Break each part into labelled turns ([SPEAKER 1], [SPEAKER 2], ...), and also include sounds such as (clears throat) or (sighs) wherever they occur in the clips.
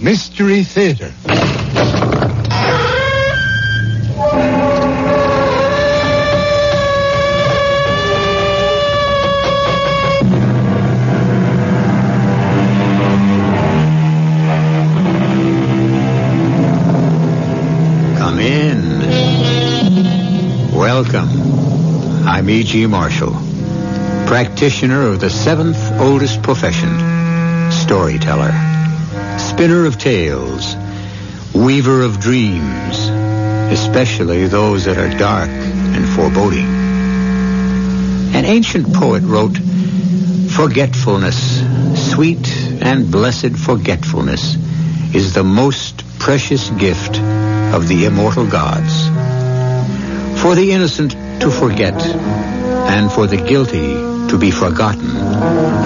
[SPEAKER 1] Mystery Theater. Come in. Welcome. I'm E.G. Marshall, practitioner of the seventh oldest profession, storyteller, spinner of tales, weaver of dreams, especially those that are dark and foreboding. An ancient poet wrote, Forgetfulness, sweet and blessed forgetfulness, is the most precious gift of the immortal gods. For the innocent to forget, and for the guilty to be forgotten,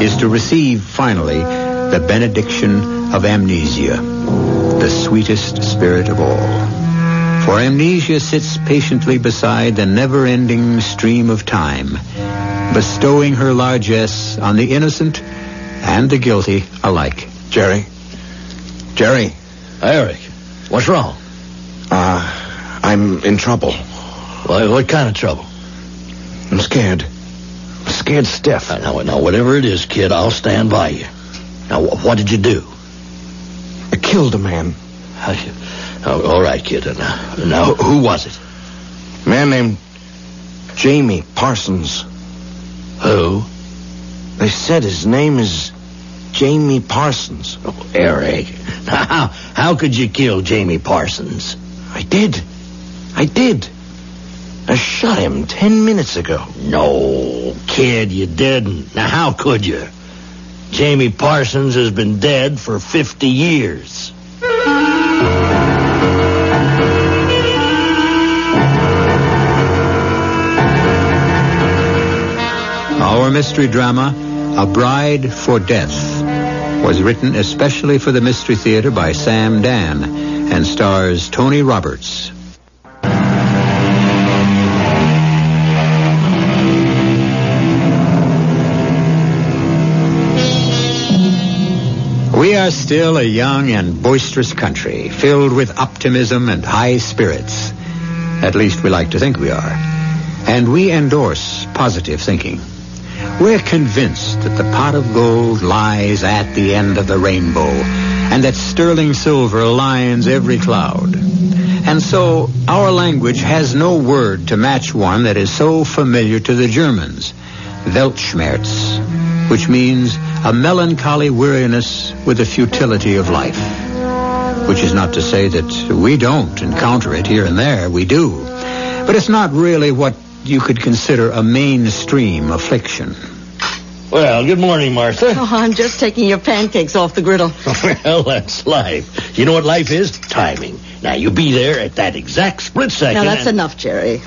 [SPEAKER 1] is to receive finally the benediction of amnesia, the sweetest spirit of all. For amnesia sits patiently beside the never-ending stream of time, bestowing her largesse on the innocent and the guilty alike. Jerry? Jerry?
[SPEAKER 2] Eric, what's wrong?
[SPEAKER 1] Uh, I'm in trouble.
[SPEAKER 2] Why, what kind of trouble?
[SPEAKER 1] I'm scared. scared stiff.
[SPEAKER 2] I know, Uh, now, whatever it is, kid, I'll stand by you. Now, wh- what did you do?
[SPEAKER 1] I killed a man.
[SPEAKER 2] How you- now, all right, kid. uh, Now, now, who was it?
[SPEAKER 1] A man named Jamie Parsons.
[SPEAKER 2] Who?
[SPEAKER 1] They said his name is Jamie Parsons.
[SPEAKER 2] Oh, Eric, (laughs) how, how could you kill Jamie Parsons?
[SPEAKER 1] I did. I did. I shot him ten minutes ago.
[SPEAKER 2] No, kid, you didn't. Now, how could you? Jamie Parsons has been dead for 50 years.
[SPEAKER 1] Our mystery drama, A Bride for Death, was written especially for the Mystery Theater by Sam Dan and stars Tony Roberts. We are still a young and boisterous country, filled with optimism and high spirits. At least we like to think we are. And we endorse positive thinking. We're convinced that the pot of gold lies at the end of the rainbow, and that sterling silver lines every cloud. And so, our language has no word to match one that is so familiar to the Germans, Weltschmerz, which means a melancholy weariness with the futility of life. Which is not to say that we don't encounter it here and there, we do. But it's not really what you could consider a mainstream affliction.
[SPEAKER 2] Well, good morning, Martha.
[SPEAKER 3] (laughs) Oh, I'm just taking your pancakes off the griddle.
[SPEAKER 2] Well, that's life. You know what life is? Timing. Now, you be there at that exact split
[SPEAKER 3] Now,
[SPEAKER 2] second.
[SPEAKER 3] that's
[SPEAKER 2] and-
[SPEAKER 3] enough, Jerry.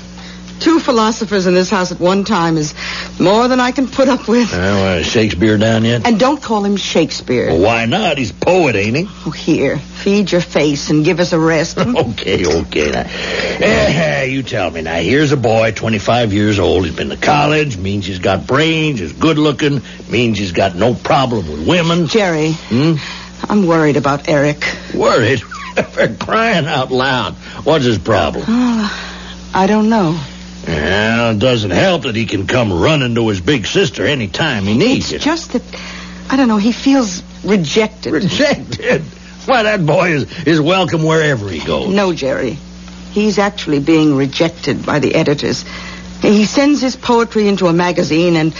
[SPEAKER 3] Two philosophers in this house at one time is more than I can put up with.
[SPEAKER 2] Oh, uh, Shakespeare down yet?
[SPEAKER 3] And don't call him
[SPEAKER 1] Oh.
[SPEAKER 3] Shakespeare.
[SPEAKER 2] Why not? He's poet, ain't he? (laughs)
[SPEAKER 3] Oh, here, feed your face and give us a rest.
[SPEAKER 2] okay, okay. Now. Eh, you tell me now. Here's a boy, 25 years old. He's been to college. Means he's got brains. He's good looking. Means he's got no problem with women.
[SPEAKER 3] Jerry, I'm worried about Eric.
[SPEAKER 2] Worried. (laughs) For crying out loud. What's his problem?
[SPEAKER 3] Oh, I don't know.
[SPEAKER 2] Well, it doesn't help that he can come running to his big sister any time he needs it.
[SPEAKER 3] Just that, I don't know, he feels rejected.
[SPEAKER 2] Rejected. Why, that boy is, is welcome wherever he goes.
[SPEAKER 3] No, Jerry. He's actually being rejected by the editors. He sends his poetry into a magazine and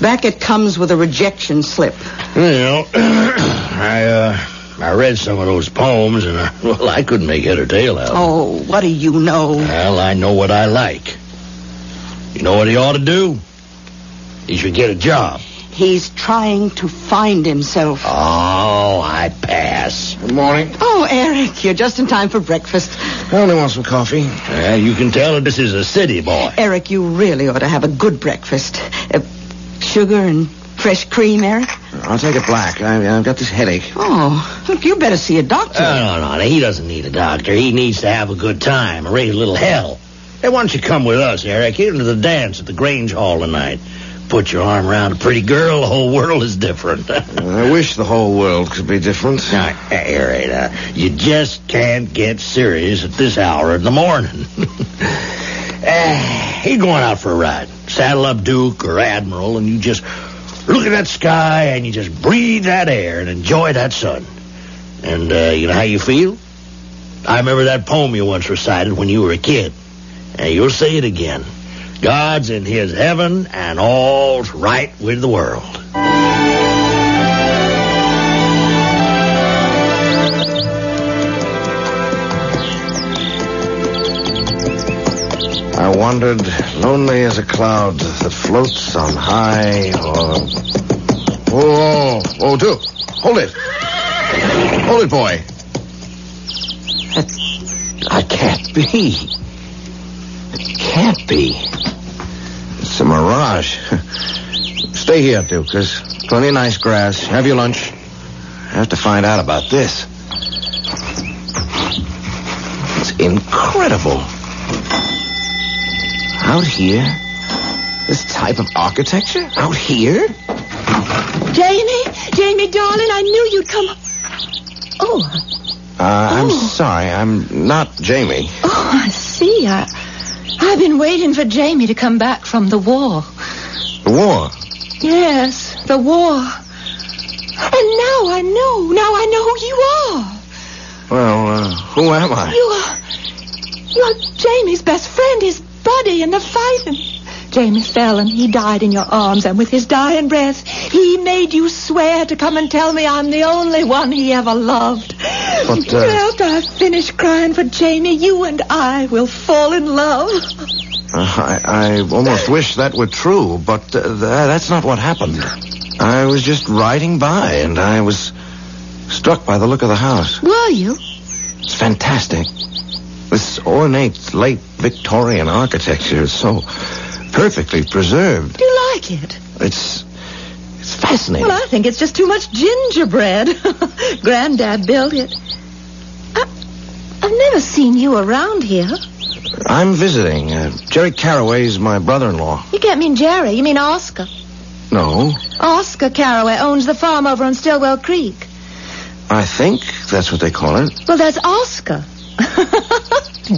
[SPEAKER 3] back it comes with a rejection slip.
[SPEAKER 2] Well, (clears throat) I, uh, I read some of those poems, and, I, (laughs) well, I couldn't make head or tail out of them.
[SPEAKER 3] Oh, what do you know?
[SPEAKER 2] Well, I know what I like. You know what he ought to do? He should get a job.
[SPEAKER 3] He's trying to find himself.
[SPEAKER 2] Oh, I pass.
[SPEAKER 4] Good morning.
[SPEAKER 3] Oh, Eric, you're just in time for breakfast.
[SPEAKER 4] I only want some coffee.
[SPEAKER 2] Uh, you can tell this is a city boy.
[SPEAKER 3] Eric, you really ought to have a good breakfast. Uh, sugar and fresh cream, Eric?
[SPEAKER 4] I'll take it black. I, have got this headache.
[SPEAKER 3] Oh, look, you better see a doctor.
[SPEAKER 4] Uh.
[SPEAKER 2] No, no, no. He doesn't need a doctor. He needs to have a good time, raise a little hell. Hey, why don't you come with us, Eric? You're to the dance at the Grange Hall tonight. Put your arm around a pretty girl, the whole world is different. (laughs) All
[SPEAKER 4] I wish the whole world could be different.
[SPEAKER 2] right, hey, all right, uh, you just can't get serious at this hour in the morning. (laughs) Eh, he going out for a ride. Saddle up Duke or Admiral, and you just look at that sky and you just breathe that air and enjoy that sun. And uh, you know how you feel? I remember that poem you once recited when you were a kid. And you'll say it again. God's in his heaven and all's right with the world.
[SPEAKER 4] I wandered, lonely as a cloud that floats on high, or... Whoa, whoa, Duke. Oh, Hold it. Hold it, boy.
[SPEAKER 2] I can't be. It can't be.
[SPEAKER 4] It's a mirage. Stay here, Duke. There's plenty of nice grass. Have your lunch. I have to find out about this. It's incredible. Out here? This type of architecture? Out here? Uh,
[SPEAKER 5] Jamie, Jamie, darling, I knew you'd come. Oh,
[SPEAKER 4] Uh, I'm
[SPEAKER 5] Oh.
[SPEAKER 4] sorry. I'm not Jamie.
[SPEAKER 5] oh, I see. I, I've been waiting for Jamie to come back from the war.
[SPEAKER 4] The war.
[SPEAKER 5] Yes, the war. And now I know. Now I know who you are.
[SPEAKER 4] Well, uh, who am I?
[SPEAKER 5] You are. You're Jamie's best friend, his buddy in the fighting. Jamie fell and he died in your arms, and with his dying breath, he made you swear to come and tell me I'm the only one he ever loved.
[SPEAKER 4] But, uh,
[SPEAKER 5] After I finish crying for Jamie, you and I will fall in love.
[SPEAKER 4] Uh, I, I almost wish that were true, but uh, th- that's not what happened. I was just riding by, and I was struck by the look of the house.
[SPEAKER 5] Were you?
[SPEAKER 4] It's fantastic. This ornate late Victorian architecture is so perfectly preserved.
[SPEAKER 5] Do you like it?
[SPEAKER 4] It's it's fascinating.
[SPEAKER 5] Well, I think it's just too much gingerbread. (laughs) Granddad built it. I, I've never seen you around here.
[SPEAKER 4] I'm visiting. Uh, Jerry Caraway's my brother-in-law.
[SPEAKER 5] You can't mean Jerry. You mean Oscar.
[SPEAKER 4] No,
[SPEAKER 5] Oscar Caraway owns the farm over on Stillwell Creek.
[SPEAKER 4] I think that's what they call it.
[SPEAKER 5] Well, that's Oscar. (laughs)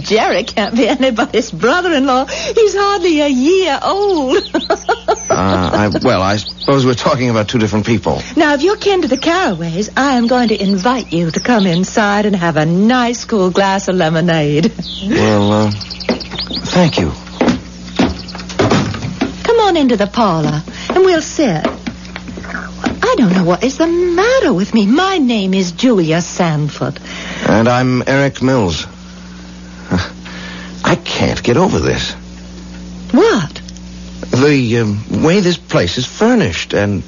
[SPEAKER 5] Jerry can't be anybody's brother-in-law. He's hardly a year old. (laughs)
[SPEAKER 4] Uh, I, well, I suppose we're talking about two different people.
[SPEAKER 5] now, if you're kin to the Caraways, I am going to invite you to come inside and have a nice cool glass of lemonade. (laughs)
[SPEAKER 4] Well, uh, thank you.
[SPEAKER 5] Come on into the parlor, and we'll sit. I don't know what is the matter with me. My name is Julia Sanford.
[SPEAKER 4] And I'm Eric Mills. (laughs) I can't get over this.
[SPEAKER 5] What?
[SPEAKER 4] The um, way this place is furnished and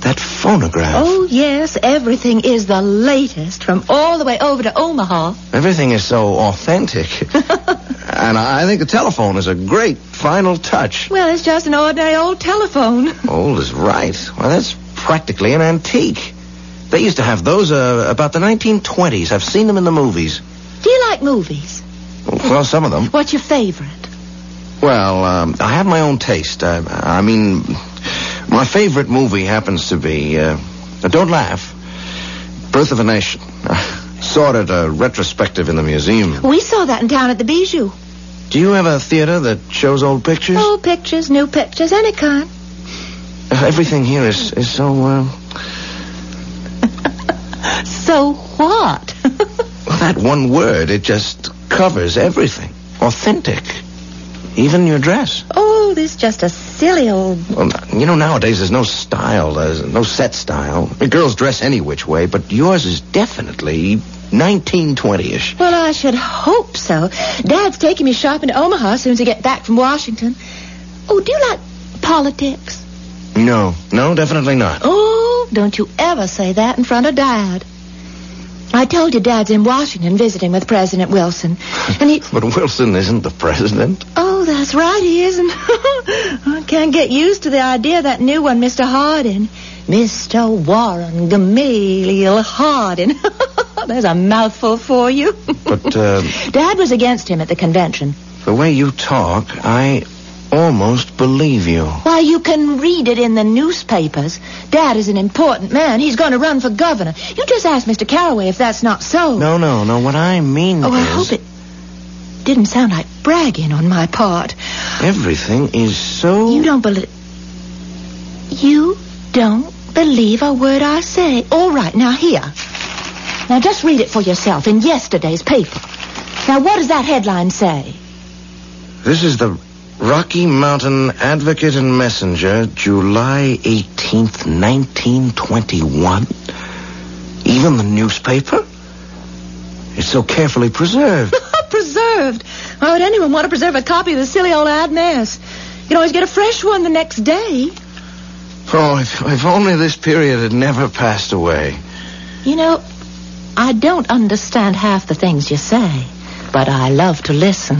[SPEAKER 4] that phonograph.
[SPEAKER 5] Oh, yes, everything is the latest from all the way over to Omaha.
[SPEAKER 4] Everything is so authentic. and I think the telephone is a great final touch.
[SPEAKER 5] Well, it's just an ordinary old telephone.
[SPEAKER 4] Old is right. Well, that's practically an antique. They used to have those uh, about the 1920s. I've seen them in the movies.
[SPEAKER 5] Do you like movies?
[SPEAKER 4] Well, some of them.
[SPEAKER 5] What's your favorite?
[SPEAKER 4] Well, um, I have my own taste. I, I mean, my favorite movie happens to be uh, Don't Laugh, Birth of a Nation. (laughs) Saw it at a retrospective in the museum.
[SPEAKER 5] We saw that in town at the Bijou.
[SPEAKER 4] Do you have a theater that shows old pictures?
[SPEAKER 5] Old pictures, new pictures, any kind.
[SPEAKER 4] Uh, Everything here is, is so, uh,
[SPEAKER 5] So what? (laughs)
[SPEAKER 4] well, that one word, it just covers everything. Authentic. Even your dress.
[SPEAKER 5] oh, this is just a silly old.
[SPEAKER 4] Well, you know, nowadays there's no style, there's no set style. The girls dress any which way, but yours is definitely 1920-ish.
[SPEAKER 5] Well, I should hope so. Dad's taking me shopping to Omaha as soon as I get back from Washington. Oh, do you like politics?
[SPEAKER 4] No, no, definitely not.
[SPEAKER 5] Oh, don't you ever say that in front of Dad. I told you Dad's in Washington visiting with President Wilson. And he.
[SPEAKER 4] But Wilson isn't the president.
[SPEAKER 5] Oh, that's right, he isn't. (laughs) I can't get used to the idea of that new one, Mr. Hardin. Mr. Warren Gamaliel Hardin. (laughs) There's a mouthful for you. (laughs)
[SPEAKER 4] But uh, (laughs)
[SPEAKER 5] Dad was against him at the convention.
[SPEAKER 4] the way you talk, I almost believe you.
[SPEAKER 5] Why, you can read it in the newspapers. Dad is an important man. He's going to run for governor. You just ask Mr. Carraway if that's not so.
[SPEAKER 4] No, no, no. What I mean
[SPEAKER 5] Oh, I
[SPEAKER 4] is
[SPEAKER 5] hope it didn't sound like bragging on my part.
[SPEAKER 4] everything is so.
[SPEAKER 5] You don't believe. You don't believe a word I say. All right, now here. Now just read it for yourself in yesterday's paper. Now, what does that headline say?
[SPEAKER 4] This is the Rocky Mountain Advocate and Messenger, July 18th, 1921. Even the newspaper? It's so carefully preserved.
[SPEAKER 5] preserved. Why would anyone want to preserve a copy of the silly old ad mess? You can always get a fresh one the next day.
[SPEAKER 4] oh, if, if only this period had never passed away.
[SPEAKER 5] You know, I don't understand half the things you say, but I love to listen.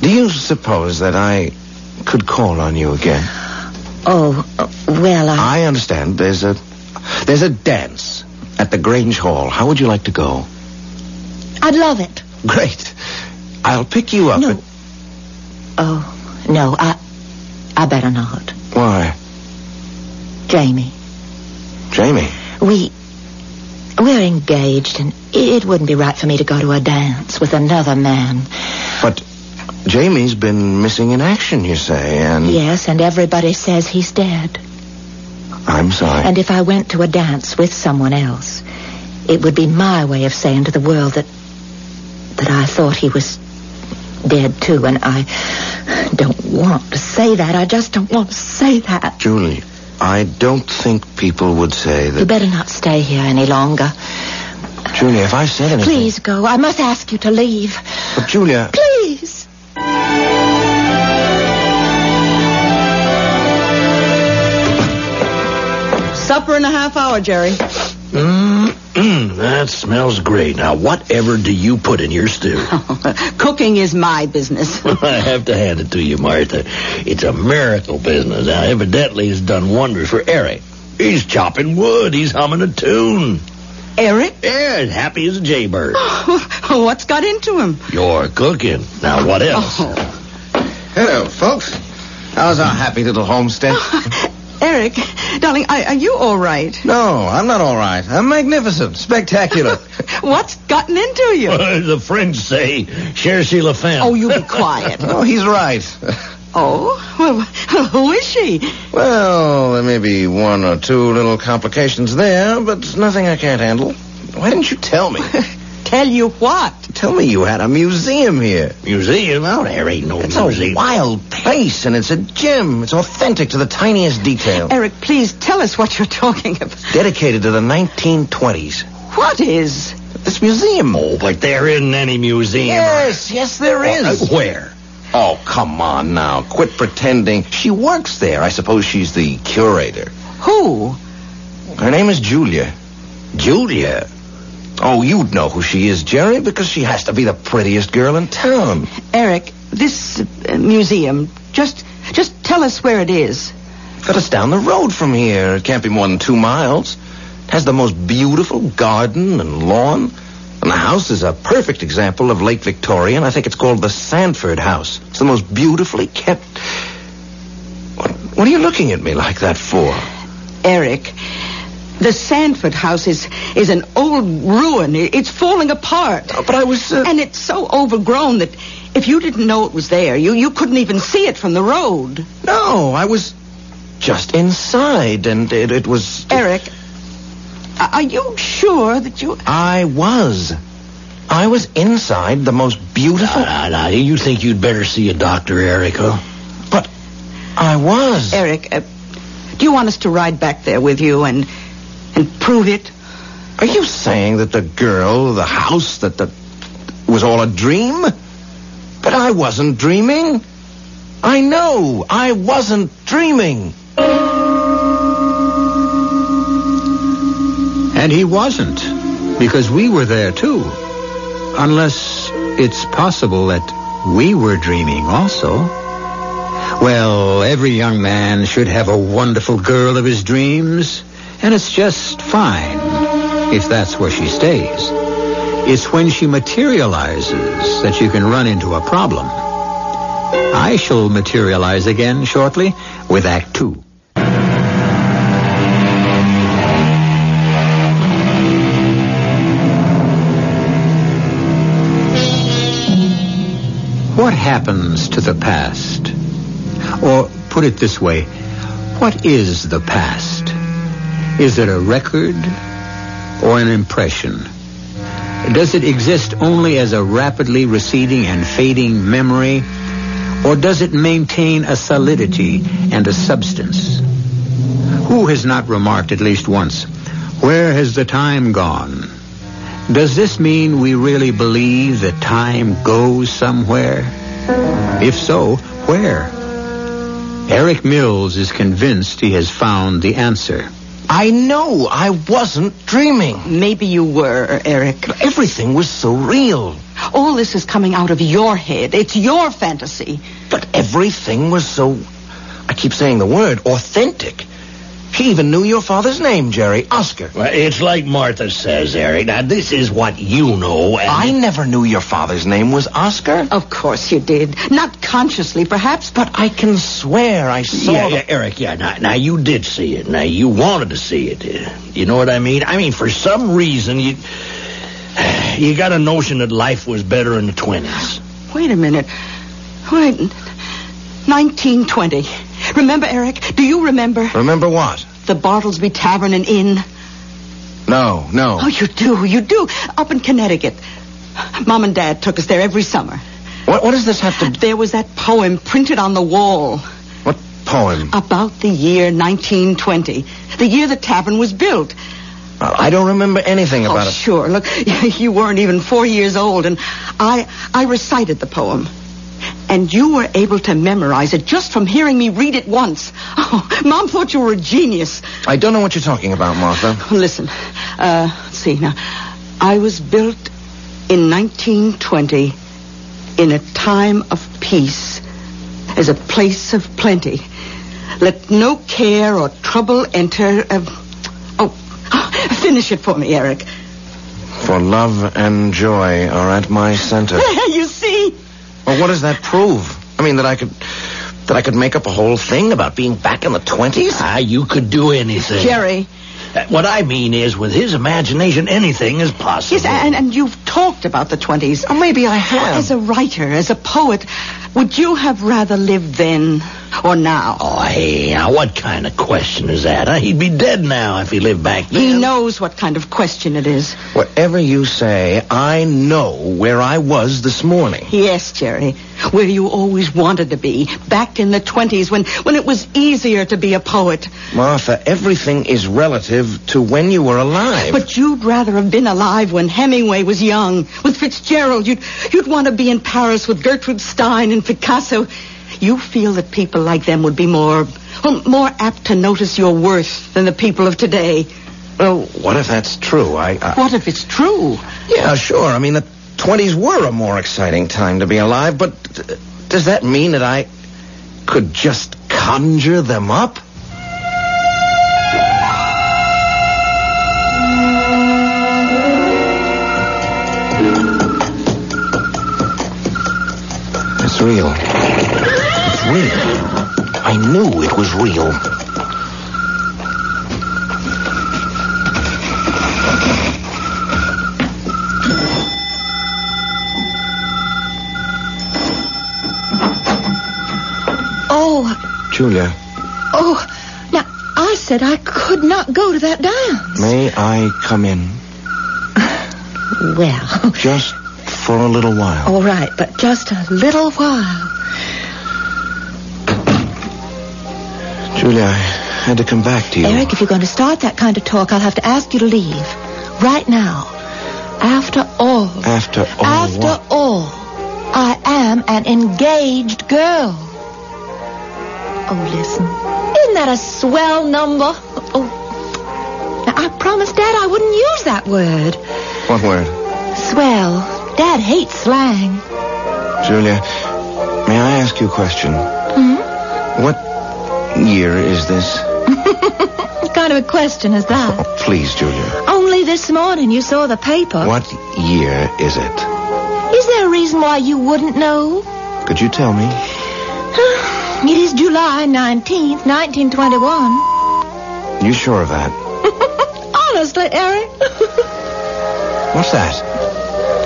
[SPEAKER 5] (laughs)
[SPEAKER 4] Do you suppose that I could call on you again?
[SPEAKER 5] oh, uh, well, I...
[SPEAKER 4] I understand there's a there's a dance at the Grange Hall. How would you like to go?
[SPEAKER 5] I'd love it.
[SPEAKER 4] Great. I'll pick you up.
[SPEAKER 5] No.
[SPEAKER 4] At,
[SPEAKER 5] Oh, no, I... I better not.
[SPEAKER 4] why,
[SPEAKER 5] Jamie,
[SPEAKER 4] Jamie?
[SPEAKER 5] we... We're engaged, and it wouldn't be right for me to go to a dance with another man.
[SPEAKER 4] But Jamie's been missing in action, you say, and
[SPEAKER 5] Yes, and everybody says he's dead.
[SPEAKER 4] I'm sorry.
[SPEAKER 5] And if I went to a dance with someone else, it would be my way of saying to the world that that I thought he was dead too, and I don't want to say that. I just don't want to say that.
[SPEAKER 4] Julie, I don't think people would say
[SPEAKER 5] You
[SPEAKER 4] that.
[SPEAKER 5] better not stay here any longer.
[SPEAKER 4] Julia, if I said anything,
[SPEAKER 5] Please go. I must ask you to leave.
[SPEAKER 4] But Julia,
[SPEAKER 5] Please.
[SPEAKER 3] Supper in a half hour, Jerry. (laughs)
[SPEAKER 2] Mm, (clears throat) that smells great. Now, whatever do you put in your stew?
[SPEAKER 5] (laughs)
[SPEAKER 2] (laughs)
[SPEAKER 3] Cooking is my business.
[SPEAKER 2] I have to hand it to you, Martha. It's a miracle business. Now, evidently, it's done wonders for Eric. He's chopping wood. He's humming a tune.
[SPEAKER 3] Eric?
[SPEAKER 2] Yeah, as happy as a jaybird.
[SPEAKER 3] (laughs) What's got into him? (laughs)
[SPEAKER 2] You're cooking. Now, what else?
[SPEAKER 4] Oh. hello, folks. How's our happy little homestead?
[SPEAKER 2] Oh.
[SPEAKER 3] Eric, darling, are, are you all right?
[SPEAKER 4] no, I'm not all right. I'm magnificent, spectacular.
[SPEAKER 3] What's gotten into you?
[SPEAKER 2] (laughs) the French say, Cherchez la femme.
[SPEAKER 3] Oh, you be
[SPEAKER 2] (laughs)
[SPEAKER 3] quiet.
[SPEAKER 4] oh, he's right.
[SPEAKER 3] Oh, well, (laughs) who is she?
[SPEAKER 4] Well, there may be one or two little complications there, but nothing I can't handle. Why didn't you tell
[SPEAKER 2] (laughs)
[SPEAKER 4] me?
[SPEAKER 3] Tell you what.
[SPEAKER 4] tell me you had a museum here.
[SPEAKER 2] Museum? Oh, there ain't no
[SPEAKER 4] It's a
[SPEAKER 2] museum.
[SPEAKER 4] wild place, and it's a gem. It's authentic to the tiniest detail.
[SPEAKER 3] Eric, please tell us what you're talking about.
[SPEAKER 4] Dedicated to the 1920s.
[SPEAKER 3] What is?
[SPEAKER 4] This museum.
[SPEAKER 2] Oh, but there isn't any museum.
[SPEAKER 4] Yes, yes, there
[SPEAKER 2] Uh,
[SPEAKER 4] is.
[SPEAKER 2] where?
[SPEAKER 4] Oh, come on now. Quit pretending. She works there. I suppose she's the curator.
[SPEAKER 3] Who?
[SPEAKER 4] Her name is Julia. Julia? Oh, you'd know who she is, Jerry, because she has to be the prettiest girl in town.
[SPEAKER 3] Eric, this uh, museum, just just tell us where it is.
[SPEAKER 4] But it's down the road from here. It can't be more than two miles. It has the most beautiful garden and lawn. And the house is a perfect example of late Victorian. I think it's called the Sanford House. It's the most beautifully kept. What, what are you looking at me like that for?
[SPEAKER 3] Eric, the Sanford house is is an old ruin. I- It's falling apart.
[SPEAKER 4] Oh, but I was. Uh...
[SPEAKER 3] And it's so overgrown that if you didn't know it was there, you, you couldn't even see it from the road.
[SPEAKER 4] No, I was just inside, and it, it was.
[SPEAKER 3] Eric, a- are you sure that you...
[SPEAKER 4] I was. I was inside the most beautiful.
[SPEAKER 2] Now, now, you think you'd better see a doctor, Eric, huh?
[SPEAKER 4] But I was.
[SPEAKER 3] Eric, uh, do you want us to ride back there with you and and prove it?
[SPEAKER 4] Are you saying that the girl, the house, that the was all a dream? But I wasn't dreaming. I know I wasn't dreaming.
[SPEAKER 1] And he wasn't. Because we were there too. Unless it's possible that we were dreaming also. Well, every young man should have a wonderful girl of his dreams, and it's just fine if that's where she stays. It's when she materializes that you can run into a problem. I shall materialize again shortly with Act Two. What happens to the past? Or put it this way, what is the past? Is it a record or an impression? Does it exist only as a rapidly receding and fading memory? Or does it maintain a solidity and a substance? Who has not remarked at least once, where has the time gone? Does this mean we really believe that time goes somewhere? If so, where? Eric Mills is convinced he has found the answer.
[SPEAKER 4] I know I wasn't dreaming.
[SPEAKER 3] Maybe you were, Eric.
[SPEAKER 4] Everything was so real.
[SPEAKER 3] All this is coming out of your head. It's your fantasy.
[SPEAKER 4] But everything was so, I keep saying the word, authentic. He even knew your father's name, Jerry. Oscar.
[SPEAKER 2] Well, it's like Martha says, Eric. Now, this is what you know, and... Oh.
[SPEAKER 4] I never knew your father's name was Oscar.
[SPEAKER 3] Of course you did. Not consciously, perhaps, but
[SPEAKER 4] I can swear I saw
[SPEAKER 2] Yeah,
[SPEAKER 4] the-
[SPEAKER 2] yeah, Eric, yeah. Now, now, you did see it. Now, you wanted to see it. Uh, You know what I mean? I mean, for some reason, you... You got a notion that life was better in the 20s.
[SPEAKER 3] Wait a minute. Wait. 1920. Remember, Eric? Do you remember
[SPEAKER 4] Remember what?
[SPEAKER 3] the Bartlesby Tavern and Inn?
[SPEAKER 4] No, no.
[SPEAKER 3] Oh, you do. You do. Up in Connecticut. Mom and Dad took us there every summer.
[SPEAKER 4] What, what does this have to...
[SPEAKER 3] There was that poem printed on the wall
[SPEAKER 4] What poem?
[SPEAKER 3] about the year 1920, the year the tavern was built.
[SPEAKER 4] I don't remember anything about
[SPEAKER 3] oh,
[SPEAKER 4] it.
[SPEAKER 3] sure. Look, (laughs) you weren't even four years old, and I I recited the poem. And you were able to memorize it just from hearing me read it once. (laughs) Oh, Mom thought you were a genius.
[SPEAKER 4] I don't know what you're talking about, Martha.
[SPEAKER 3] Listen, uh, let's see now. I was built in 1920 in a time of peace as a place of plenty. Let no care or trouble enter. Uh, oh, (gasps) finish it for me, Eric. (laughs)
[SPEAKER 4] For love and joy are at my
[SPEAKER 2] (laughs)
[SPEAKER 4] center.
[SPEAKER 3] There, you see?
[SPEAKER 4] Well, what does that prove? I mean, that I could... That I could make up a whole thing about being back in the 20s?
[SPEAKER 2] Ah, you could do anything.
[SPEAKER 3] Jerry.
[SPEAKER 2] Uh, What I mean is, with his imagination, anything is possible.
[SPEAKER 3] Yes, and, and you've talked about the 20s.
[SPEAKER 4] Oh, maybe I have.
[SPEAKER 3] As a writer, as a poet, would you have rather lived then or now?
[SPEAKER 2] Oh, hey, now, what kind of question is that? Huh? He'd be dead now if he lived back then.
[SPEAKER 3] He knows what kind of question it is.
[SPEAKER 4] Whatever you say, I know where I was this morning.
[SPEAKER 3] Yes, Jerry. Where you always wanted to be, back in the 20s when, when it was easier to be a poet.
[SPEAKER 4] Martha, everything is relative to when you were alive.
[SPEAKER 3] But you'd rather have been alive when Hemingway was young, with Fitzgerald. You'd, you'd want to be in Paris with Gertrude Stein and Picasso. You feel that people like them would be more, well, more apt to notice your worth than the people of today.
[SPEAKER 4] well, what if that's true? I, I
[SPEAKER 3] What if it's true?
[SPEAKER 4] yeah, sure. I mean, the twenties were a more exciting time to be alive. But uh, does that mean that I could just conjure them up? It's real. It's real. I knew it was real.
[SPEAKER 5] Oh,
[SPEAKER 4] Julia,
[SPEAKER 5] oh. Now, I said I could not go to that dance.
[SPEAKER 4] may I come in?
[SPEAKER 5] Well, (laughs)
[SPEAKER 4] Just for a little while.
[SPEAKER 5] all right, but just a little while.
[SPEAKER 4] Julia, I had to come back to you.
[SPEAKER 5] Eric, if you're going to start that kind of talk, I'll have to ask you to leave. Right now. After all.
[SPEAKER 4] After all
[SPEAKER 5] After
[SPEAKER 4] what?
[SPEAKER 5] all, I am an engaged girl. Oh, listen. Isn't that a swell number? Oh. Now, I promised Dad I wouldn't use that word.
[SPEAKER 4] What word?
[SPEAKER 5] Swell. Dad hates slang.
[SPEAKER 4] Julia, may I ask you a question? Hmm? What year is this?
[SPEAKER 5] What kind of a question is that?
[SPEAKER 4] Oh, please, Julia.
[SPEAKER 5] Only this morning you saw the paper.
[SPEAKER 4] What year is it?
[SPEAKER 5] Is there a reason why you wouldn't know?
[SPEAKER 4] Could you tell me?
[SPEAKER 5] (sighs) It is July 19th, 1921.
[SPEAKER 4] You sure of that?
[SPEAKER 5] Honestly, Eric?
[SPEAKER 4] What's that?
[SPEAKER 5] (laughs)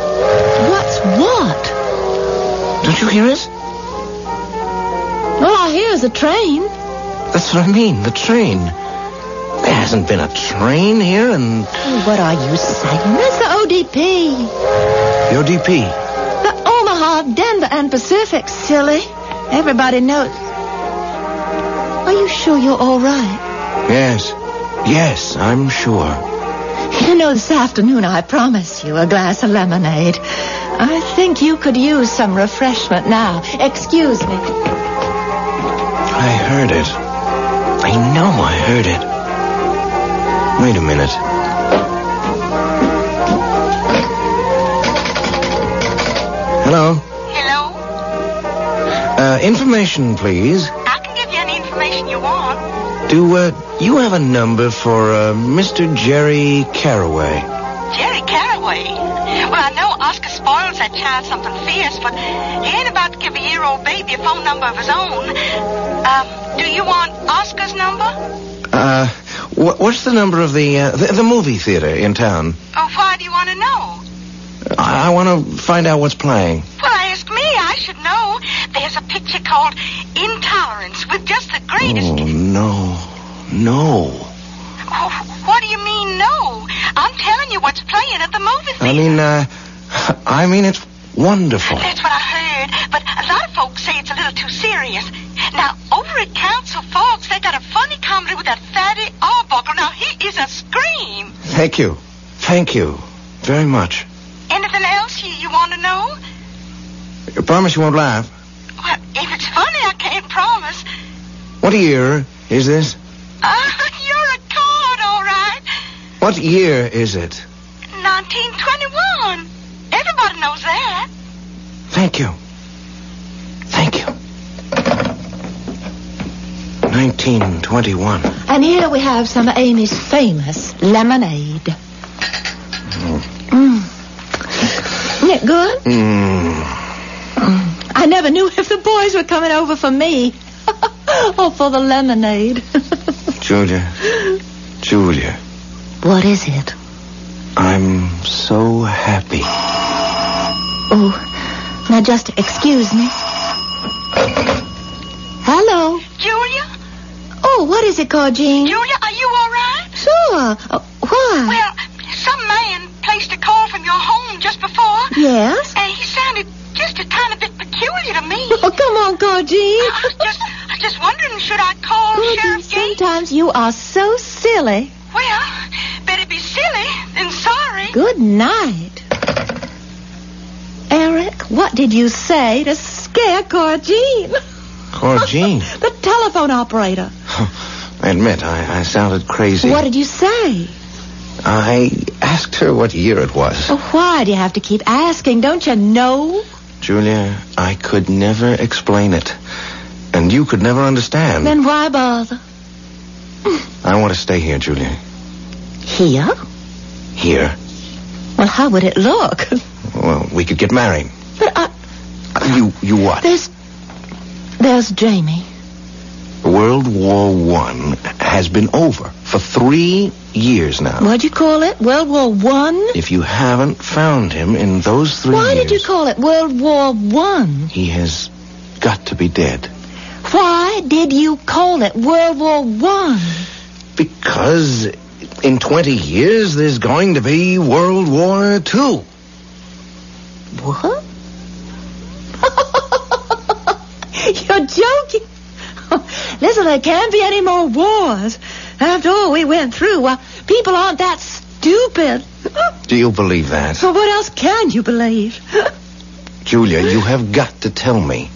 [SPEAKER 5] What's what?
[SPEAKER 4] Don't you hear it?
[SPEAKER 5] All I hear is a train.
[SPEAKER 4] That's what I mean, the train. There hasn't been a train here in
[SPEAKER 5] What are you saying? That's the ODP.
[SPEAKER 4] the ODP.
[SPEAKER 5] The Omaha, Denver, and Pacific, silly. Everybody knows. Are you sure you're all right? (laughs)
[SPEAKER 4] Yes. Yes, I'm sure.
[SPEAKER 5] You know, this afternoon I promise you a glass of lemonade. I think you could use some refreshment now. Excuse me.
[SPEAKER 4] I heard it. I know I heard it. Wait a minute. Hello.
[SPEAKER 6] Hello?
[SPEAKER 4] Uh, information, please.
[SPEAKER 6] I can give you any information you want.
[SPEAKER 4] Do uh, you have a number for uh, Mr. Jerry Caraway?
[SPEAKER 6] Jerry Caraway. Well, I know Oscar spoils that child something fierce, but he ain't about to give a year-old baby a phone number of his own. Um, do you want Oscar's number?
[SPEAKER 4] Uh, wh- what's the number of the, uh, the the movie theater in town?
[SPEAKER 6] Or why do you want to know?
[SPEAKER 4] I, I want to find out what's playing.
[SPEAKER 6] Well, ask me. I should know. There's a picture called Intolerance with just the greatest...
[SPEAKER 4] Oh no, no!
[SPEAKER 6] Oh, what do you mean, no? I'm telling you what's playing at the movie theater.
[SPEAKER 4] I mean, uh, (laughs) I mean it's wonderful.
[SPEAKER 6] That's what I heard, but a lot of folks say it's a little too serious. Now, over at Council Falls, they got a funny comedy with that fatty Arbuckle. Now, he is a scream.
[SPEAKER 4] Thank you, thank you, very much.
[SPEAKER 6] Anything else you, you want to know?
[SPEAKER 4] I promise you won't laugh.
[SPEAKER 6] Well, if it's funny, I can't promise.
[SPEAKER 4] What year is this?
[SPEAKER 6] Uh, (laughs) you're a card, all right.
[SPEAKER 4] What year is it?
[SPEAKER 6] 1921. Everybody knows that.
[SPEAKER 4] Thank you, thank you. 1921.
[SPEAKER 5] And here we have some of Amy's famous lemonade. Mm. Isn't it good?
[SPEAKER 4] Hmm,
[SPEAKER 5] Mm. I never knew if the boys were coming over for me (laughs) or for the lemonade. (laughs)
[SPEAKER 4] Julia, Julia.
[SPEAKER 5] what is it?
[SPEAKER 4] I'm so happy.
[SPEAKER 5] Oh, now just excuse me. Hello.
[SPEAKER 6] Julia?
[SPEAKER 5] Oh, what is it called, Jean?
[SPEAKER 6] Julia, are you all right?
[SPEAKER 5] Sure. Uh, why?
[SPEAKER 6] Well, some man placed a call from your home just before.
[SPEAKER 5] yes. (laughs)
[SPEAKER 6] And he sounded just a tiny bit peculiar to me.
[SPEAKER 5] Oh, come on, Corgine.
[SPEAKER 6] I was just, I was just wondering, should I call Sheriff Gates?
[SPEAKER 5] sometimes you are so silly.
[SPEAKER 6] Well, better be silly than sorry.
[SPEAKER 5] Good night. Eric, what did you say to scare (laughs) Corgine?
[SPEAKER 4] Corgine.
[SPEAKER 5] the telephone operator.
[SPEAKER 4] I (laughs) admit, I, I sounded crazy.
[SPEAKER 5] What did you say?
[SPEAKER 4] I asked her what year it was.
[SPEAKER 5] Oh, why do you have to keep asking? Don't you know?
[SPEAKER 4] Julia, I could never explain it. And you could never understand.
[SPEAKER 5] Then why bother?
[SPEAKER 4] I want to stay here, Julia.
[SPEAKER 5] Here?
[SPEAKER 4] Here.
[SPEAKER 5] Well, how would it look? (laughs)
[SPEAKER 4] Well, we could get married.
[SPEAKER 5] But I,
[SPEAKER 4] You, you what?
[SPEAKER 5] there's, there's Jamie.
[SPEAKER 4] World War One has been over for three years now.
[SPEAKER 5] What'd you call it? World War One?
[SPEAKER 4] If you haven't found him in those three
[SPEAKER 5] Why
[SPEAKER 4] years,
[SPEAKER 5] did you call it World War One?
[SPEAKER 4] he has got to be dead.
[SPEAKER 5] Why did you call it World War One?
[SPEAKER 4] Because in 20 years there's going to be World War II.
[SPEAKER 5] What? (laughs) You're joking. (laughs) Listen, there can't be any more wars. After all we went through, well, people aren't that stupid. (laughs)
[SPEAKER 4] Do you believe that?
[SPEAKER 5] So what else can you believe? (laughs)
[SPEAKER 4] Julia, you have got to tell me.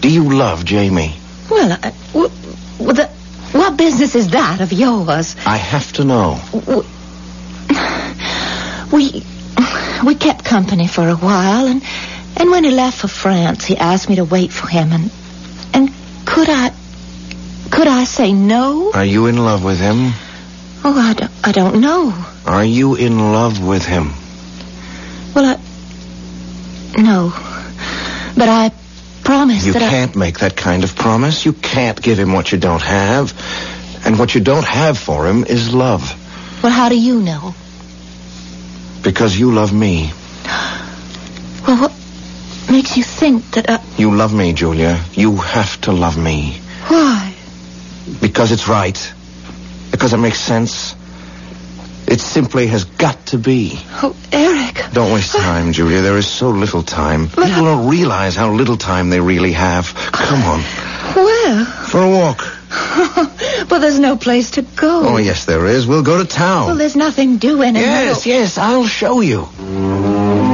[SPEAKER 4] Do you love Jamie?
[SPEAKER 5] Well, I, w- w- the, what business is that of yours?
[SPEAKER 4] I have to know.
[SPEAKER 5] W- We (sighs) we kept company for a while, and and when he left for France, he asked me to wait for him, and and could I could I say no?
[SPEAKER 4] Are you in love with him?
[SPEAKER 5] Oh, I don't, I don't know.
[SPEAKER 4] Are you in love with him?
[SPEAKER 5] Well, I no, but I promised
[SPEAKER 4] You
[SPEAKER 5] that I.
[SPEAKER 4] can't make that kind of promise. You can't give him what you don't have. And what you don't have for him is love.
[SPEAKER 5] Well, how do you know?
[SPEAKER 4] Because you love me.
[SPEAKER 5] Well, what makes you think that uh, I...
[SPEAKER 4] You love me, Julia. You have to love me.
[SPEAKER 5] Why?
[SPEAKER 4] Because it's right. Because it makes sense. It simply has got to be.
[SPEAKER 5] Oh, Eric.
[SPEAKER 4] Don't waste time, Julia. There is so little time. People don't realize how little time they really have. Come on.
[SPEAKER 5] Well,
[SPEAKER 4] For a walk.
[SPEAKER 5] (laughs) well, there's no place to go.
[SPEAKER 4] Oh, yes, there is. We'll go to town.
[SPEAKER 5] Well, there's nothing doing. and
[SPEAKER 4] Yes,
[SPEAKER 5] no-
[SPEAKER 4] yes, I'll show you.
[SPEAKER 5] (laughs)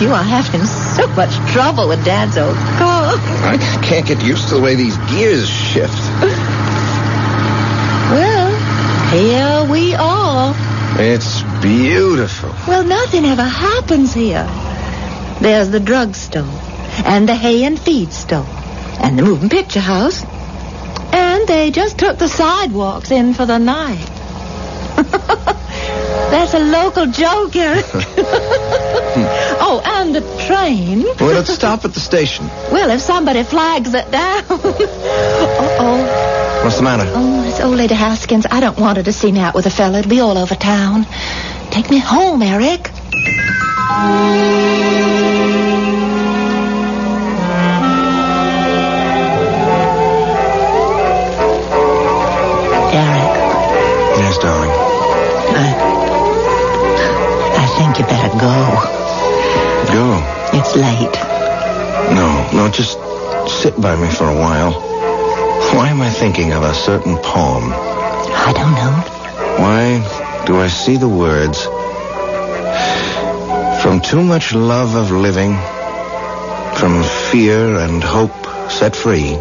[SPEAKER 5] You are having so much trouble with Dad's old car.
[SPEAKER 4] I can't get used to the way these gears shift.
[SPEAKER 5] Well, here we are.
[SPEAKER 4] It's beautiful.
[SPEAKER 5] Well, nothing ever happens here. There's the drugstore, and the hay and feed store, and the moving picture house. And they just took the sidewalks in for the night. (laughs) That's a local joke, Eric. (laughs) oh, and the train.
[SPEAKER 4] Well, let's stop at the station.
[SPEAKER 5] Well, if somebody flags it down. (laughs) Uh-oh.
[SPEAKER 4] What's the matter?
[SPEAKER 5] Oh, it's old Lady Haskins. I don't want her to see me out with a fella. It'll be all over town. Take me home, Eric. Eric,
[SPEAKER 4] Yes, darling.
[SPEAKER 5] I, I think you better go.
[SPEAKER 4] Go.
[SPEAKER 5] It's late.
[SPEAKER 4] No, no, just sit by me for a while. Why am I thinking of a certain poem?
[SPEAKER 5] I don't know.
[SPEAKER 4] Why do I see the words? From too much love of living, from fear and hope set free,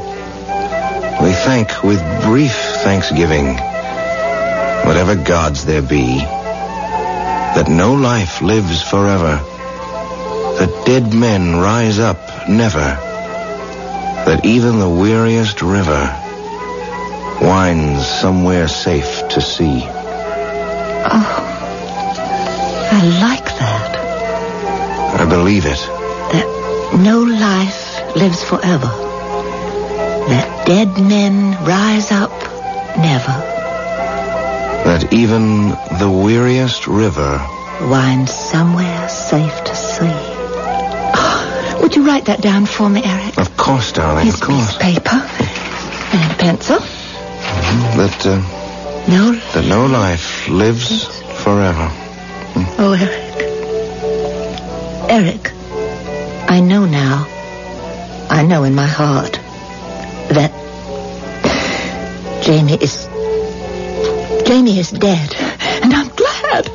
[SPEAKER 4] we thank with brief thanksgiving, whatever gods there be, that no life lives forever, that dead men rise up never, that even the weariest river winds somewhere safe to see.
[SPEAKER 5] I like that.
[SPEAKER 4] I believe it.
[SPEAKER 5] that no life lives forever, that dead men rise up never,
[SPEAKER 4] That even the weariest river.
[SPEAKER 5] winds somewhere safe to sea. Oh, (sighs) would you write that down for me, Eric?
[SPEAKER 4] Of course, darling,
[SPEAKER 5] Here's
[SPEAKER 4] of
[SPEAKER 5] a piece
[SPEAKER 4] course.
[SPEAKER 5] of paper and a pencil.
[SPEAKER 4] That, uh,
[SPEAKER 5] No.
[SPEAKER 4] that no life lives forever.
[SPEAKER 5] Oh, Eric. Eric, I know now. I know in my heart that Jamie is. Jamie is dead, and I'm glad.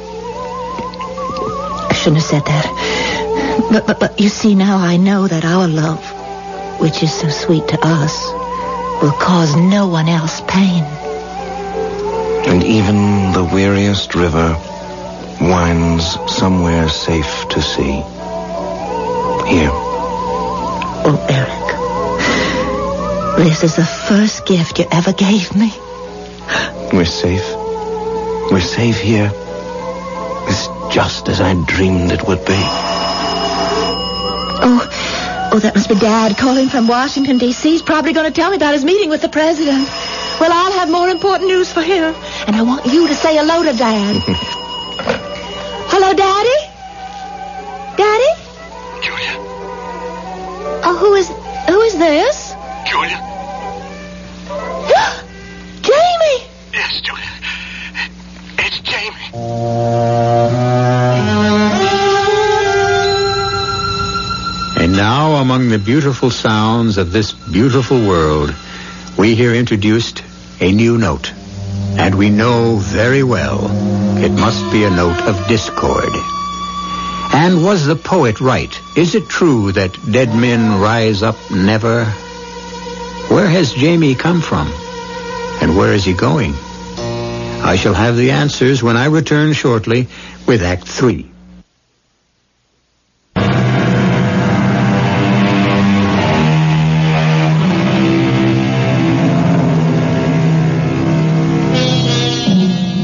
[SPEAKER 5] I shouldn't have said that. But, but, but you see, now I know that our love, which is so sweet to us, will cause no one else pain.
[SPEAKER 4] And even the weariest river winds somewhere safe to see. Here.
[SPEAKER 5] Oh, Eric. This is the first gift you ever gave me.
[SPEAKER 4] We're safe. We're safe here. It's just as I dreamed it would be.
[SPEAKER 5] Oh, oh, that must be Dad calling from Washington, D.C. He's probably going to tell me about his meeting with the president. Well, I'll have more important news for him. And I want you to say hello to (laughs) Dad. hello, Daddy? Daddy?
[SPEAKER 7] Julia,
[SPEAKER 5] Oh, who is, who is this? (gasps)
[SPEAKER 7] Julia,
[SPEAKER 5] Jamie!
[SPEAKER 7] yes, Julia. It's Jamie.
[SPEAKER 1] And now, among the beautiful sounds of this beautiful world, we hear introduced a new note. And we know very well it must be a note of discord. And was the poet right? Is it true that dead men rise up never? Where has Jamie come from? And where is he going? I shall have the answers when I return shortly with Act Three.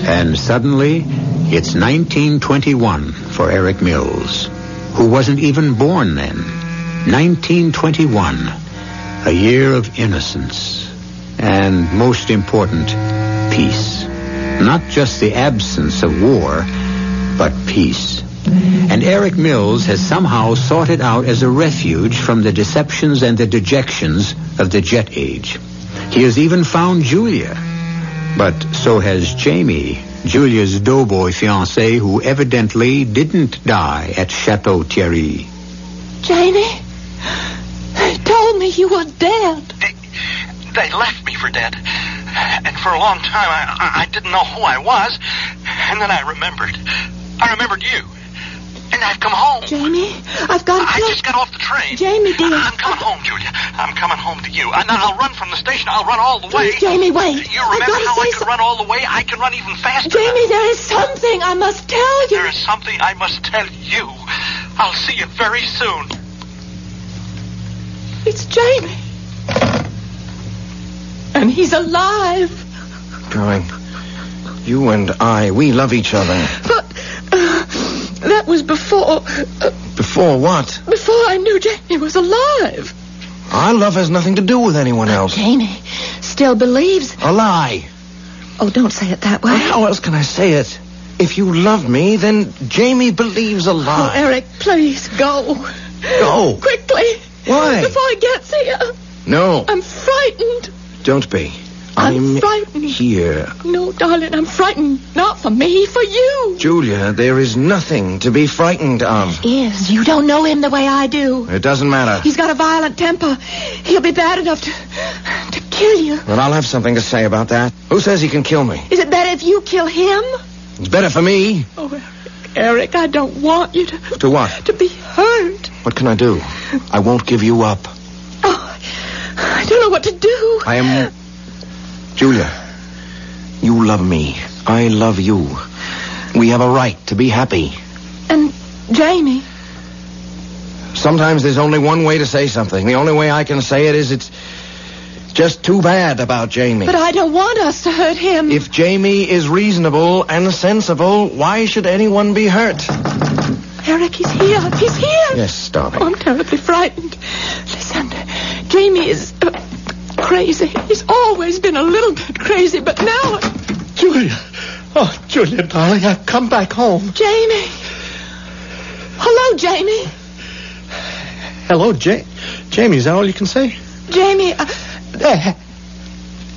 [SPEAKER 1] And suddenly, it's 1921 for Eric Mills, who wasn't even born then. 1921, a year of innocence and, most important, peace. Not just the absence of war, but peace. And Eric Mills has somehow sought it out as a refuge from the deceptions and the dejections of the jet age. He has even found Julia, but so has Jamie, Julia's doughboy fiancé, who evidently didn't die at Chateau Thierry.
[SPEAKER 5] Jamie, they told me you were dead.
[SPEAKER 7] They, they left me for dead. And for a long time, I, I, I didn't know who I was. And then I remembered. I remembered you. And I've come home.
[SPEAKER 5] Jamie, I've got to
[SPEAKER 7] I
[SPEAKER 5] tell
[SPEAKER 7] just got off the train.
[SPEAKER 5] Jamie, dear.
[SPEAKER 7] I'm coming home, Julia. I'm coming home to you. And I'll run from the station. I'll run all the way.
[SPEAKER 5] Jamie, wait.
[SPEAKER 7] You
[SPEAKER 5] I've
[SPEAKER 7] remember
[SPEAKER 5] got to
[SPEAKER 7] how
[SPEAKER 5] say
[SPEAKER 7] I could
[SPEAKER 5] some-
[SPEAKER 7] run all the way? I can run even faster.
[SPEAKER 5] Jamie, there is something I must tell you.
[SPEAKER 7] There is something I must tell you. I'll see you very soon.
[SPEAKER 5] It's Jamie. And he's alive.
[SPEAKER 4] Darling, you and I, we love each other.
[SPEAKER 5] But uh, that was before uh,
[SPEAKER 4] Before what?
[SPEAKER 5] before I knew Jamie was alive.
[SPEAKER 4] Our love has nothing to do with anyone else.
[SPEAKER 5] Jamie still believes.
[SPEAKER 4] A lie.
[SPEAKER 5] Oh, don't say it that way.
[SPEAKER 4] Well,
[SPEAKER 7] Oh,
[SPEAKER 4] how else can I say it? If you love me, then Jamie believes a
[SPEAKER 5] Oh,
[SPEAKER 4] lie.
[SPEAKER 5] Eric, please go.
[SPEAKER 4] Go?
[SPEAKER 5] Quickly.
[SPEAKER 4] Why?
[SPEAKER 5] Before he gets here.
[SPEAKER 4] No,
[SPEAKER 5] I'm frightened.
[SPEAKER 4] don't be.
[SPEAKER 5] I'm frightened.
[SPEAKER 4] here.
[SPEAKER 5] No, darling, I'm frightened. Not for me, for you.
[SPEAKER 4] Julia, there is nothing to be frightened of.
[SPEAKER 5] Is. You don't know him the way I do.
[SPEAKER 4] It doesn't matter.
[SPEAKER 5] He's got a violent temper. He'll be bad enough to to kill you.
[SPEAKER 4] But I'll have something to say about that. Who says he can kill me?
[SPEAKER 5] Is it better if you kill him?
[SPEAKER 4] It's better for me.
[SPEAKER 5] Oh, Eric, Eric, I don't want you to
[SPEAKER 4] To what?
[SPEAKER 5] to be hurt.
[SPEAKER 4] What can I do? I won't give you up.
[SPEAKER 5] Oh, I don't know what to do.
[SPEAKER 4] I am. Julia, you love me. I love you. We have a right to be happy.
[SPEAKER 5] And Jamie,
[SPEAKER 4] Sometimes there's only one way to say something. The only way I can say it is it's just too bad about Jamie.
[SPEAKER 5] but um, I don't want us to hurt him.
[SPEAKER 4] If Jamie is reasonable and sensible, why should anyone be hurt?
[SPEAKER 5] Eric, he's here. He's here.
[SPEAKER 4] Yes, darling.
[SPEAKER 5] Oh, I'm terribly frightened. Listen, Jamie is uh, crazy. He's always been a little bit crazy, but now,
[SPEAKER 2] Julia. Oh, Julia, darling, I've come back home.
[SPEAKER 5] Jamie. Hello, Jamie.
[SPEAKER 2] Hello, Ja- Jamie. Is that all you can say?
[SPEAKER 5] Jamie. Uh,
[SPEAKER 2] Hey,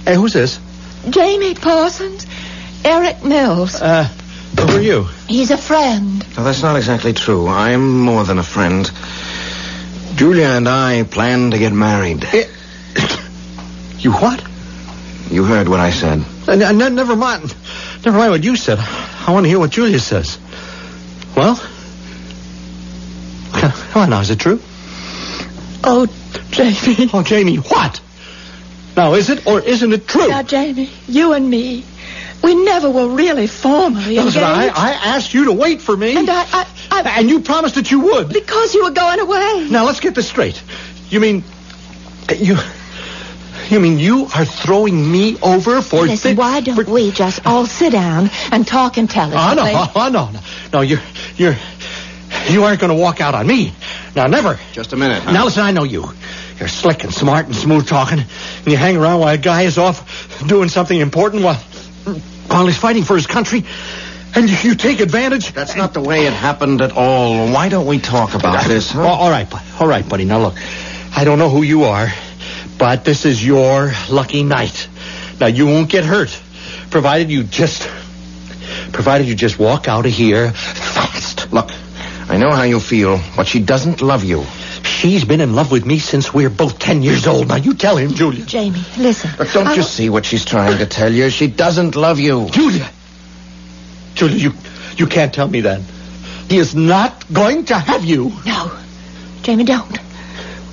[SPEAKER 2] hey, who's this?
[SPEAKER 5] Jamie Parsons. Eric Mills.
[SPEAKER 2] Uh, who are you?
[SPEAKER 5] He's a friend.
[SPEAKER 4] Now, that's not exactly true. I'm more than a friend. Julia and I plan to get married.
[SPEAKER 2] You what?
[SPEAKER 4] You heard what I said.
[SPEAKER 2] Uh, n- n- never mind. Never mind what you said. I want to hear what Julia says. Well? (laughs) Come come on now, is it true?
[SPEAKER 5] Oh, Jamie.
[SPEAKER 2] (laughs) Oh, Jamie, what? Now, is it or isn't it true?
[SPEAKER 5] Now, Jamie, you and me, we never were really formally
[SPEAKER 2] Now,
[SPEAKER 5] engaged.
[SPEAKER 2] listen, I, I asked you to wait for me.
[SPEAKER 5] And I, I, I,
[SPEAKER 2] And you promised that you would.
[SPEAKER 5] because you were going away.
[SPEAKER 2] Now let's get this straight. You mean you you mean you are throwing me over for
[SPEAKER 8] Listen,
[SPEAKER 2] thi-
[SPEAKER 8] why don't
[SPEAKER 2] for-
[SPEAKER 8] we just all sit down and talk
[SPEAKER 2] Oh
[SPEAKER 8] intelligently?
[SPEAKER 2] no, oh no, no. No, you're you're you aren't gonna walk out on me. Now never.
[SPEAKER 4] Just a minute.
[SPEAKER 2] Now listen, I know you. You're slick and smart and smooth talking, and you hang around while a guy is off doing something important while while he's fighting for his country. And you take advantage.
[SPEAKER 4] That's not the way it happened at all. Why don't we talk about this? huh?
[SPEAKER 2] All- all right, bu- all right, buddy. Now look, I don't know who you are, but this is your lucky night. Now you won't get hurt, provided you just, provided you just walk out of here fast.
[SPEAKER 4] Look, I know how you feel, but she doesn't love you.
[SPEAKER 2] She's been in love with me since we are both ten years old. Now you tell him, Julia.
[SPEAKER 8] Jamie, listen.
[SPEAKER 4] But don't you see what she's trying to tell you? She doesn't love you.
[SPEAKER 2] Julia, Julia, you, you can't tell me that. He is not going to have you.
[SPEAKER 8] No. Jamie, don't.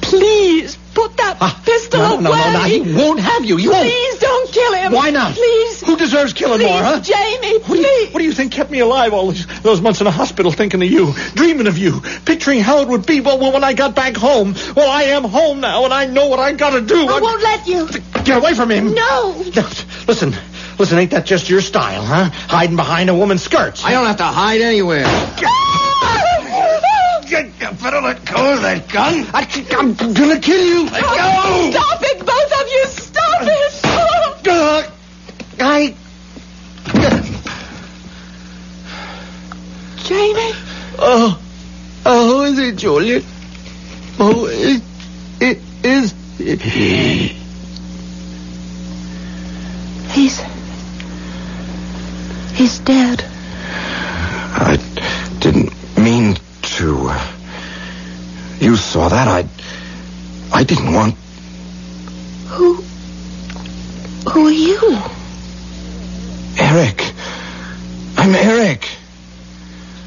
[SPEAKER 5] Please, Put that
[SPEAKER 9] Ah,
[SPEAKER 5] pistol
[SPEAKER 9] no,
[SPEAKER 5] away.
[SPEAKER 9] no, no, no, he won't have you. You won't.
[SPEAKER 5] Please don't kill him.
[SPEAKER 9] Why not?
[SPEAKER 5] Please.
[SPEAKER 9] Who deserves killing
[SPEAKER 5] please,
[SPEAKER 9] more, huh?
[SPEAKER 5] Jamie,
[SPEAKER 9] What do, you,
[SPEAKER 5] please.
[SPEAKER 9] what do you think kept me alive all these, those months in a hospital thinking of you, dreaming of you, picturing how it would be well, well, when I got back home? Well, I am home now, and I know what I gotta do.
[SPEAKER 5] I won't let you.
[SPEAKER 9] Get away from him.
[SPEAKER 5] No.
[SPEAKER 9] Listen, listen, ain't that just your style, huh? Hiding behind a woman's skirts.
[SPEAKER 4] I don't have to hide anywhere.
[SPEAKER 2] Get, you better let go of that gun.
[SPEAKER 4] I, am gonna kill you.
[SPEAKER 2] Let go.
[SPEAKER 5] Stop it, both of you. Stop it.
[SPEAKER 9] Uh, I.
[SPEAKER 5] Jamie.
[SPEAKER 9] Oh, oh, who is it, Julian? Who is it? Is it?
[SPEAKER 5] He's. He's dead.
[SPEAKER 4] I didn't mean to. You saw that. I. I didn't want.
[SPEAKER 5] Who. Who are you?
[SPEAKER 4] Eric. I'm Eric.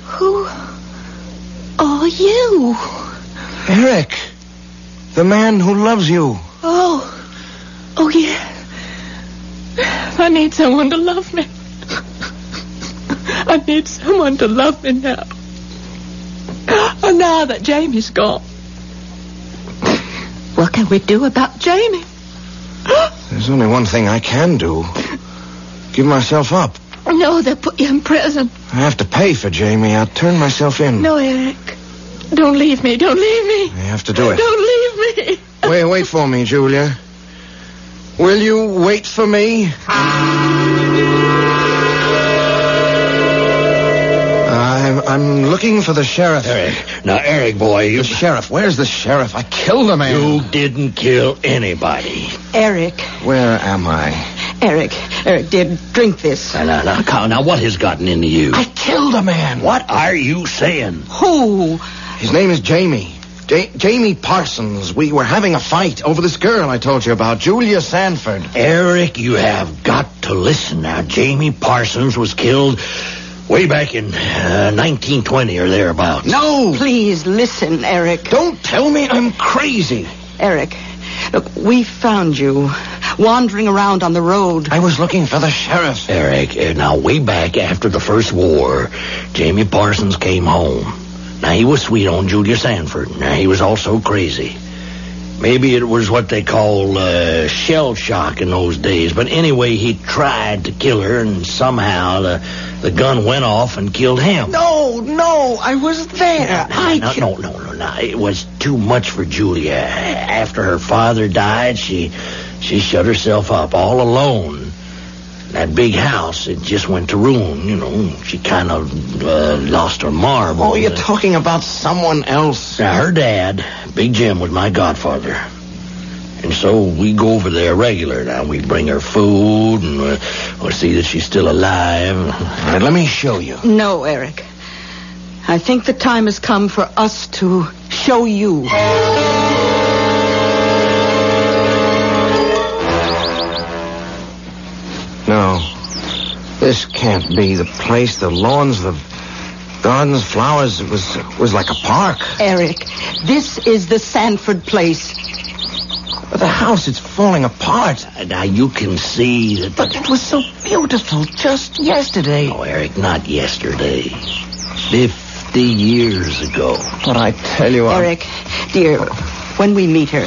[SPEAKER 5] Who. Are you?
[SPEAKER 4] Eric. The man who loves you.
[SPEAKER 5] Oh. Oh, yeah. I need someone to love me. I need someone to love me now. And now that Jamie's gone, what can we do about Jamie?
[SPEAKER 4] There's only one thing I can do. Give myself up.
[SPEAKER 5] No, they put you in prison.
[SPEAKER 4] I have to pay for Jamie. I'll turn myself in.
[SPEAKER 5] No, Eric. Don't leave me. Don't leave
[SPEAKER 4] I
[SPEAKER 5] me.
[SPEAKER 4] have to do it.
[SPEAKER 5] Don't leave me.
[SPEAKER 4] Wait, wait for me, Julia. Will you wait for me? I'm, I'm looking for the sheriff.
[SPEAKER 2] Eric. Now, Eric, boy, you,
[SPEAKER 4] The sheriff. Where's the sheriff? I killed a man.
[SPEAKER 2] you didn't kill anybody.
[SPEAKER 3] Eric,
[SPEAKER 4] Where am I?
[SPEAKER 3] Eric, Eric, dear, drink this.
[SPEAKER 2] Now, now, now, Carl, now, what has gotten into you?
[SPEAKER 4] I killed a man.
[SPEAKER 2] What are you saying?
[SPEAKER 3] Who?
[SPEAKER 4] His name is Jamie. Ja- Jamie Parsons. We were having a fight over this girl I told you about, Julia Sanford.
[SPEAKER 2] Eric, you have got to listen now. Jamie Parsons was killed way back in uh, 1920 or thereabouts.
[SPEAKER 4] No!
[SPEAKER 3] Please listen, Eric.
[SPEAKER 4] Don't tell me I'm crazy.
[SPEAKER 3] Eric, look, we found you wandering around on the road.
[SPEAKER 4] I was looking for the sheriff.
[SPEAKER 2] Eric, uh, now way back after the First War, Jamie Parsons came home. Now he was sweet on Julia Sanford. Now he was also crazy. Maybe it was what they call uh, shell shock in those days, but anyway, he tried to kill her, and somehow the, the gun went off and killed him.
[SPEAKER 4] No, no, I was there. I
[SPEAKER 2] no,
[SPEAKER 4] ki-
[SPEAKER 2] no, no, no, no. It was too much for Julia. After her father died, she she shut herself up all alone. That big house, it just went to ruin. You know, she kind of uh, lost her marble.
[SPEAKER 4] Oh, you're talking about someone else.
[SPEAKER 2] Now, her dad, Big Jim, was my godfather. And so we go over there regular. Now, we bring her food and uh, we'll see that she's still alive.
[SPEAKER 4] All right, let me show you.
[SPEAKER 3] No, Eric. I think the time has come for us to show you.
[SPEAKER 4] No, this can't be the place. The lawns, the gardens, flowers. It was it was like a park.
[SPEAKER 3] Eric, this is the Sanford place.
[SPEAKER 4] But the house, it's falling apart.
[SPEAKER 2] Uh, Now, you can see that.
[SPEAKER 4] But it was so beautiful just yesterday.
[SPEAKER 2] Oh, Eric, not yesterday. Fifty years ago.
[SPEAKER 4] But I tell you, I-
[SPEAKER 3] Eric, dear, when we meet her,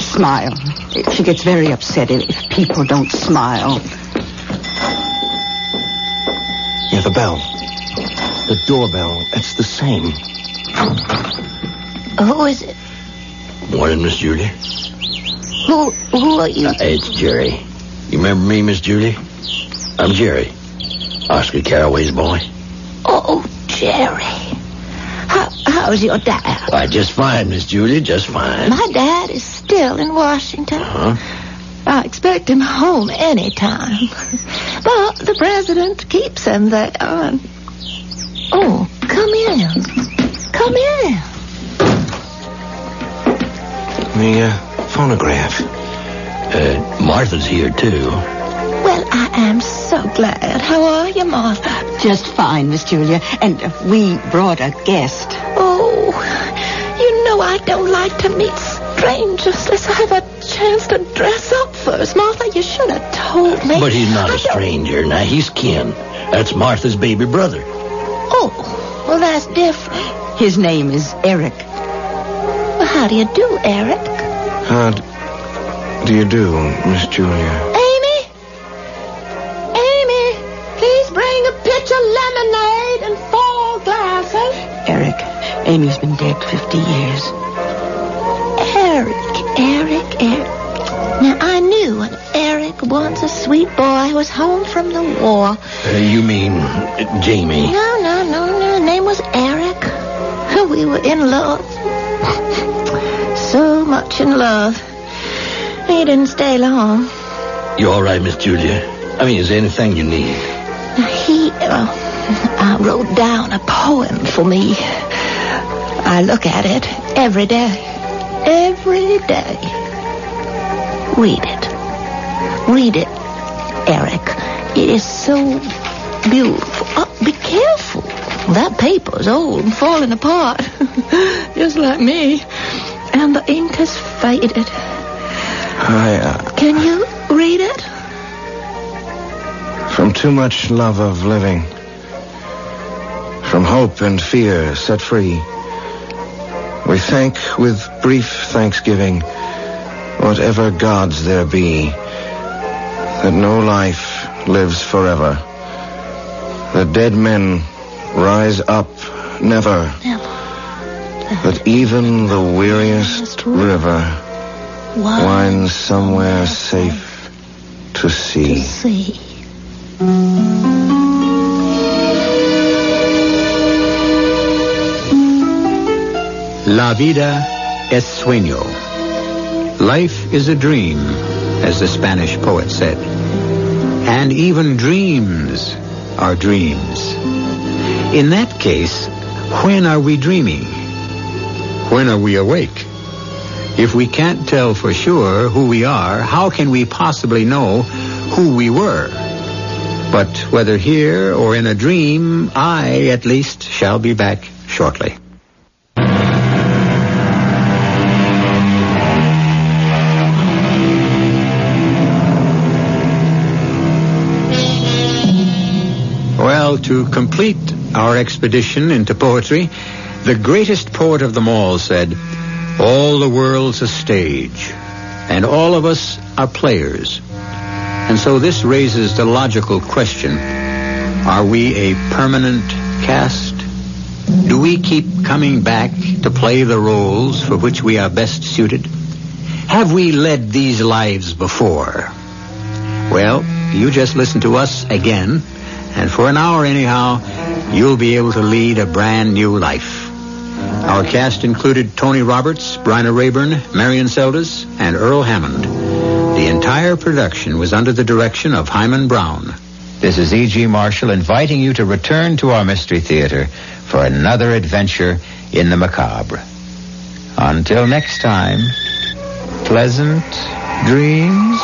[SPEAKER 3] smile. She gets very upset if if people don't smile.
[SPEAKER 4] Yeah, the bell, the doorbell. It's the same.
[SPEAKER 8] Who is it?
[SPEAKER 2] Morning, Miss Julie.
[SPEAKER 8] Who, who are you?
[SPEAKER 2] Hey, it's Jerry. You remember me, Miss Julie? I'm Jerry. Oscar Caraway's boy.
[SPEAKER 8] Oh, Jerry. How, how's your dad?
[SPEAKER 2] Why, just fine, Miss Julie, just fine.
[SPEAKER 8] My dad is still in Washington.
[SPEAKER 2] Huh?
[SPEAKER 8] I expect him home any time. (laughs) But the president keeps him there. and- Oh, come in. Come in.
[SPEAKER 4] The uh, phonograph.
[SPEAKER 2] Uh, Martha's here, too.
[SPEAKER 8] Well, I am so glad. How are you, Martha?
[SPEAKER 3] Just fine, Miss Julia. And uh, we brought a guest.
[SPEAKER 8] Oh, you know I don't like to meet
[SPEAKER 5] strange, useless. I have a chance to dress up first. Martha, you should have told me.
[SPEAKER 2] But he's not
[SPEAKER 5] I
[SPEAKER 2] a
[SPEAKER 5] don't-
[SPEAKER 2] stranger. Now, he's Ken. That's Martha's baby brother.
[SPEAKER 5] Oh, well, that's different.
[SPEAKER 10] His name is Eric.
[SPEAKER 5] Well, how do you do, Eric?
[SPEAKER 4] How Uh, d- do you do, Miss Julia?
[SPEAKER 5] Amy? Amy, please bring a pitch of lemonade and four glasses.
[SPEAKER 10] Eric. Amy's been dead 50 years.
[SPEAKER 5] Eric, Eric, Eric. Now, I knew an Eric once, a sweet boy who was home from the war.
[SPEAKER 2] Uh, you mean uh, Jamie?
[SPEAKER 5] No, no, no, no. His name was Eric. Oh, We were in love. (laughs) so much in love. He didn't stay long.
[SPEAKER 2] You all right, Miss Julia? I mean, is there anything you need?
[SPEAKER 5] He uh, uh, wrote down a poem for me. I look at it every day. Every day. Read it. Read it, Eric. It is so beautiful. Oh, be careful. That paper's old and falling apart. (laughs) Just like me. And the ink has faded.
[SPEAKER 4] I, uh,
[SPEAKER 5] Can you read it?
[SPEAKER 4] from too much love of living, from hope and fear set free, we thank with brief thanksgiving whatever gods there be, that no life lives forever, that dead men rise up never, that even the weariest river winds somewhere safe to see.
[SPEAKER 5] See.
[SPEAKER 1] La vida es sueño. Life is a dream, as the Spanish poet said. And even dreams are dreams. In that case, when are we dreaming? When are we awake? If we can't tell for sure who we are, how can we possibly know who we were? But whether here or in a dream, I at least shall be back shortly. Well, to complete our expedition into poetry, the greatest poet of them all said, All the world's a stage, and all of us are players. And so this raises the logical question Are we a permanent cast? Do we keep coming back to play the roles for which we are best suited? Have we led these lives before? Well, you just listen to us again, and for an hour anyhow, you'll be able to lead a brand new life. Our cast included Tony Roberts, Bryna Rayburn, Marion Seldes, and Earl Hammond. The entire production was under the direction of Hyman Brown.
[SPEAKER 11] This is E.G. Marshall inviting you to return to our Mystery Theater for another adventure in the macabre. Until next time, pleasant dreams.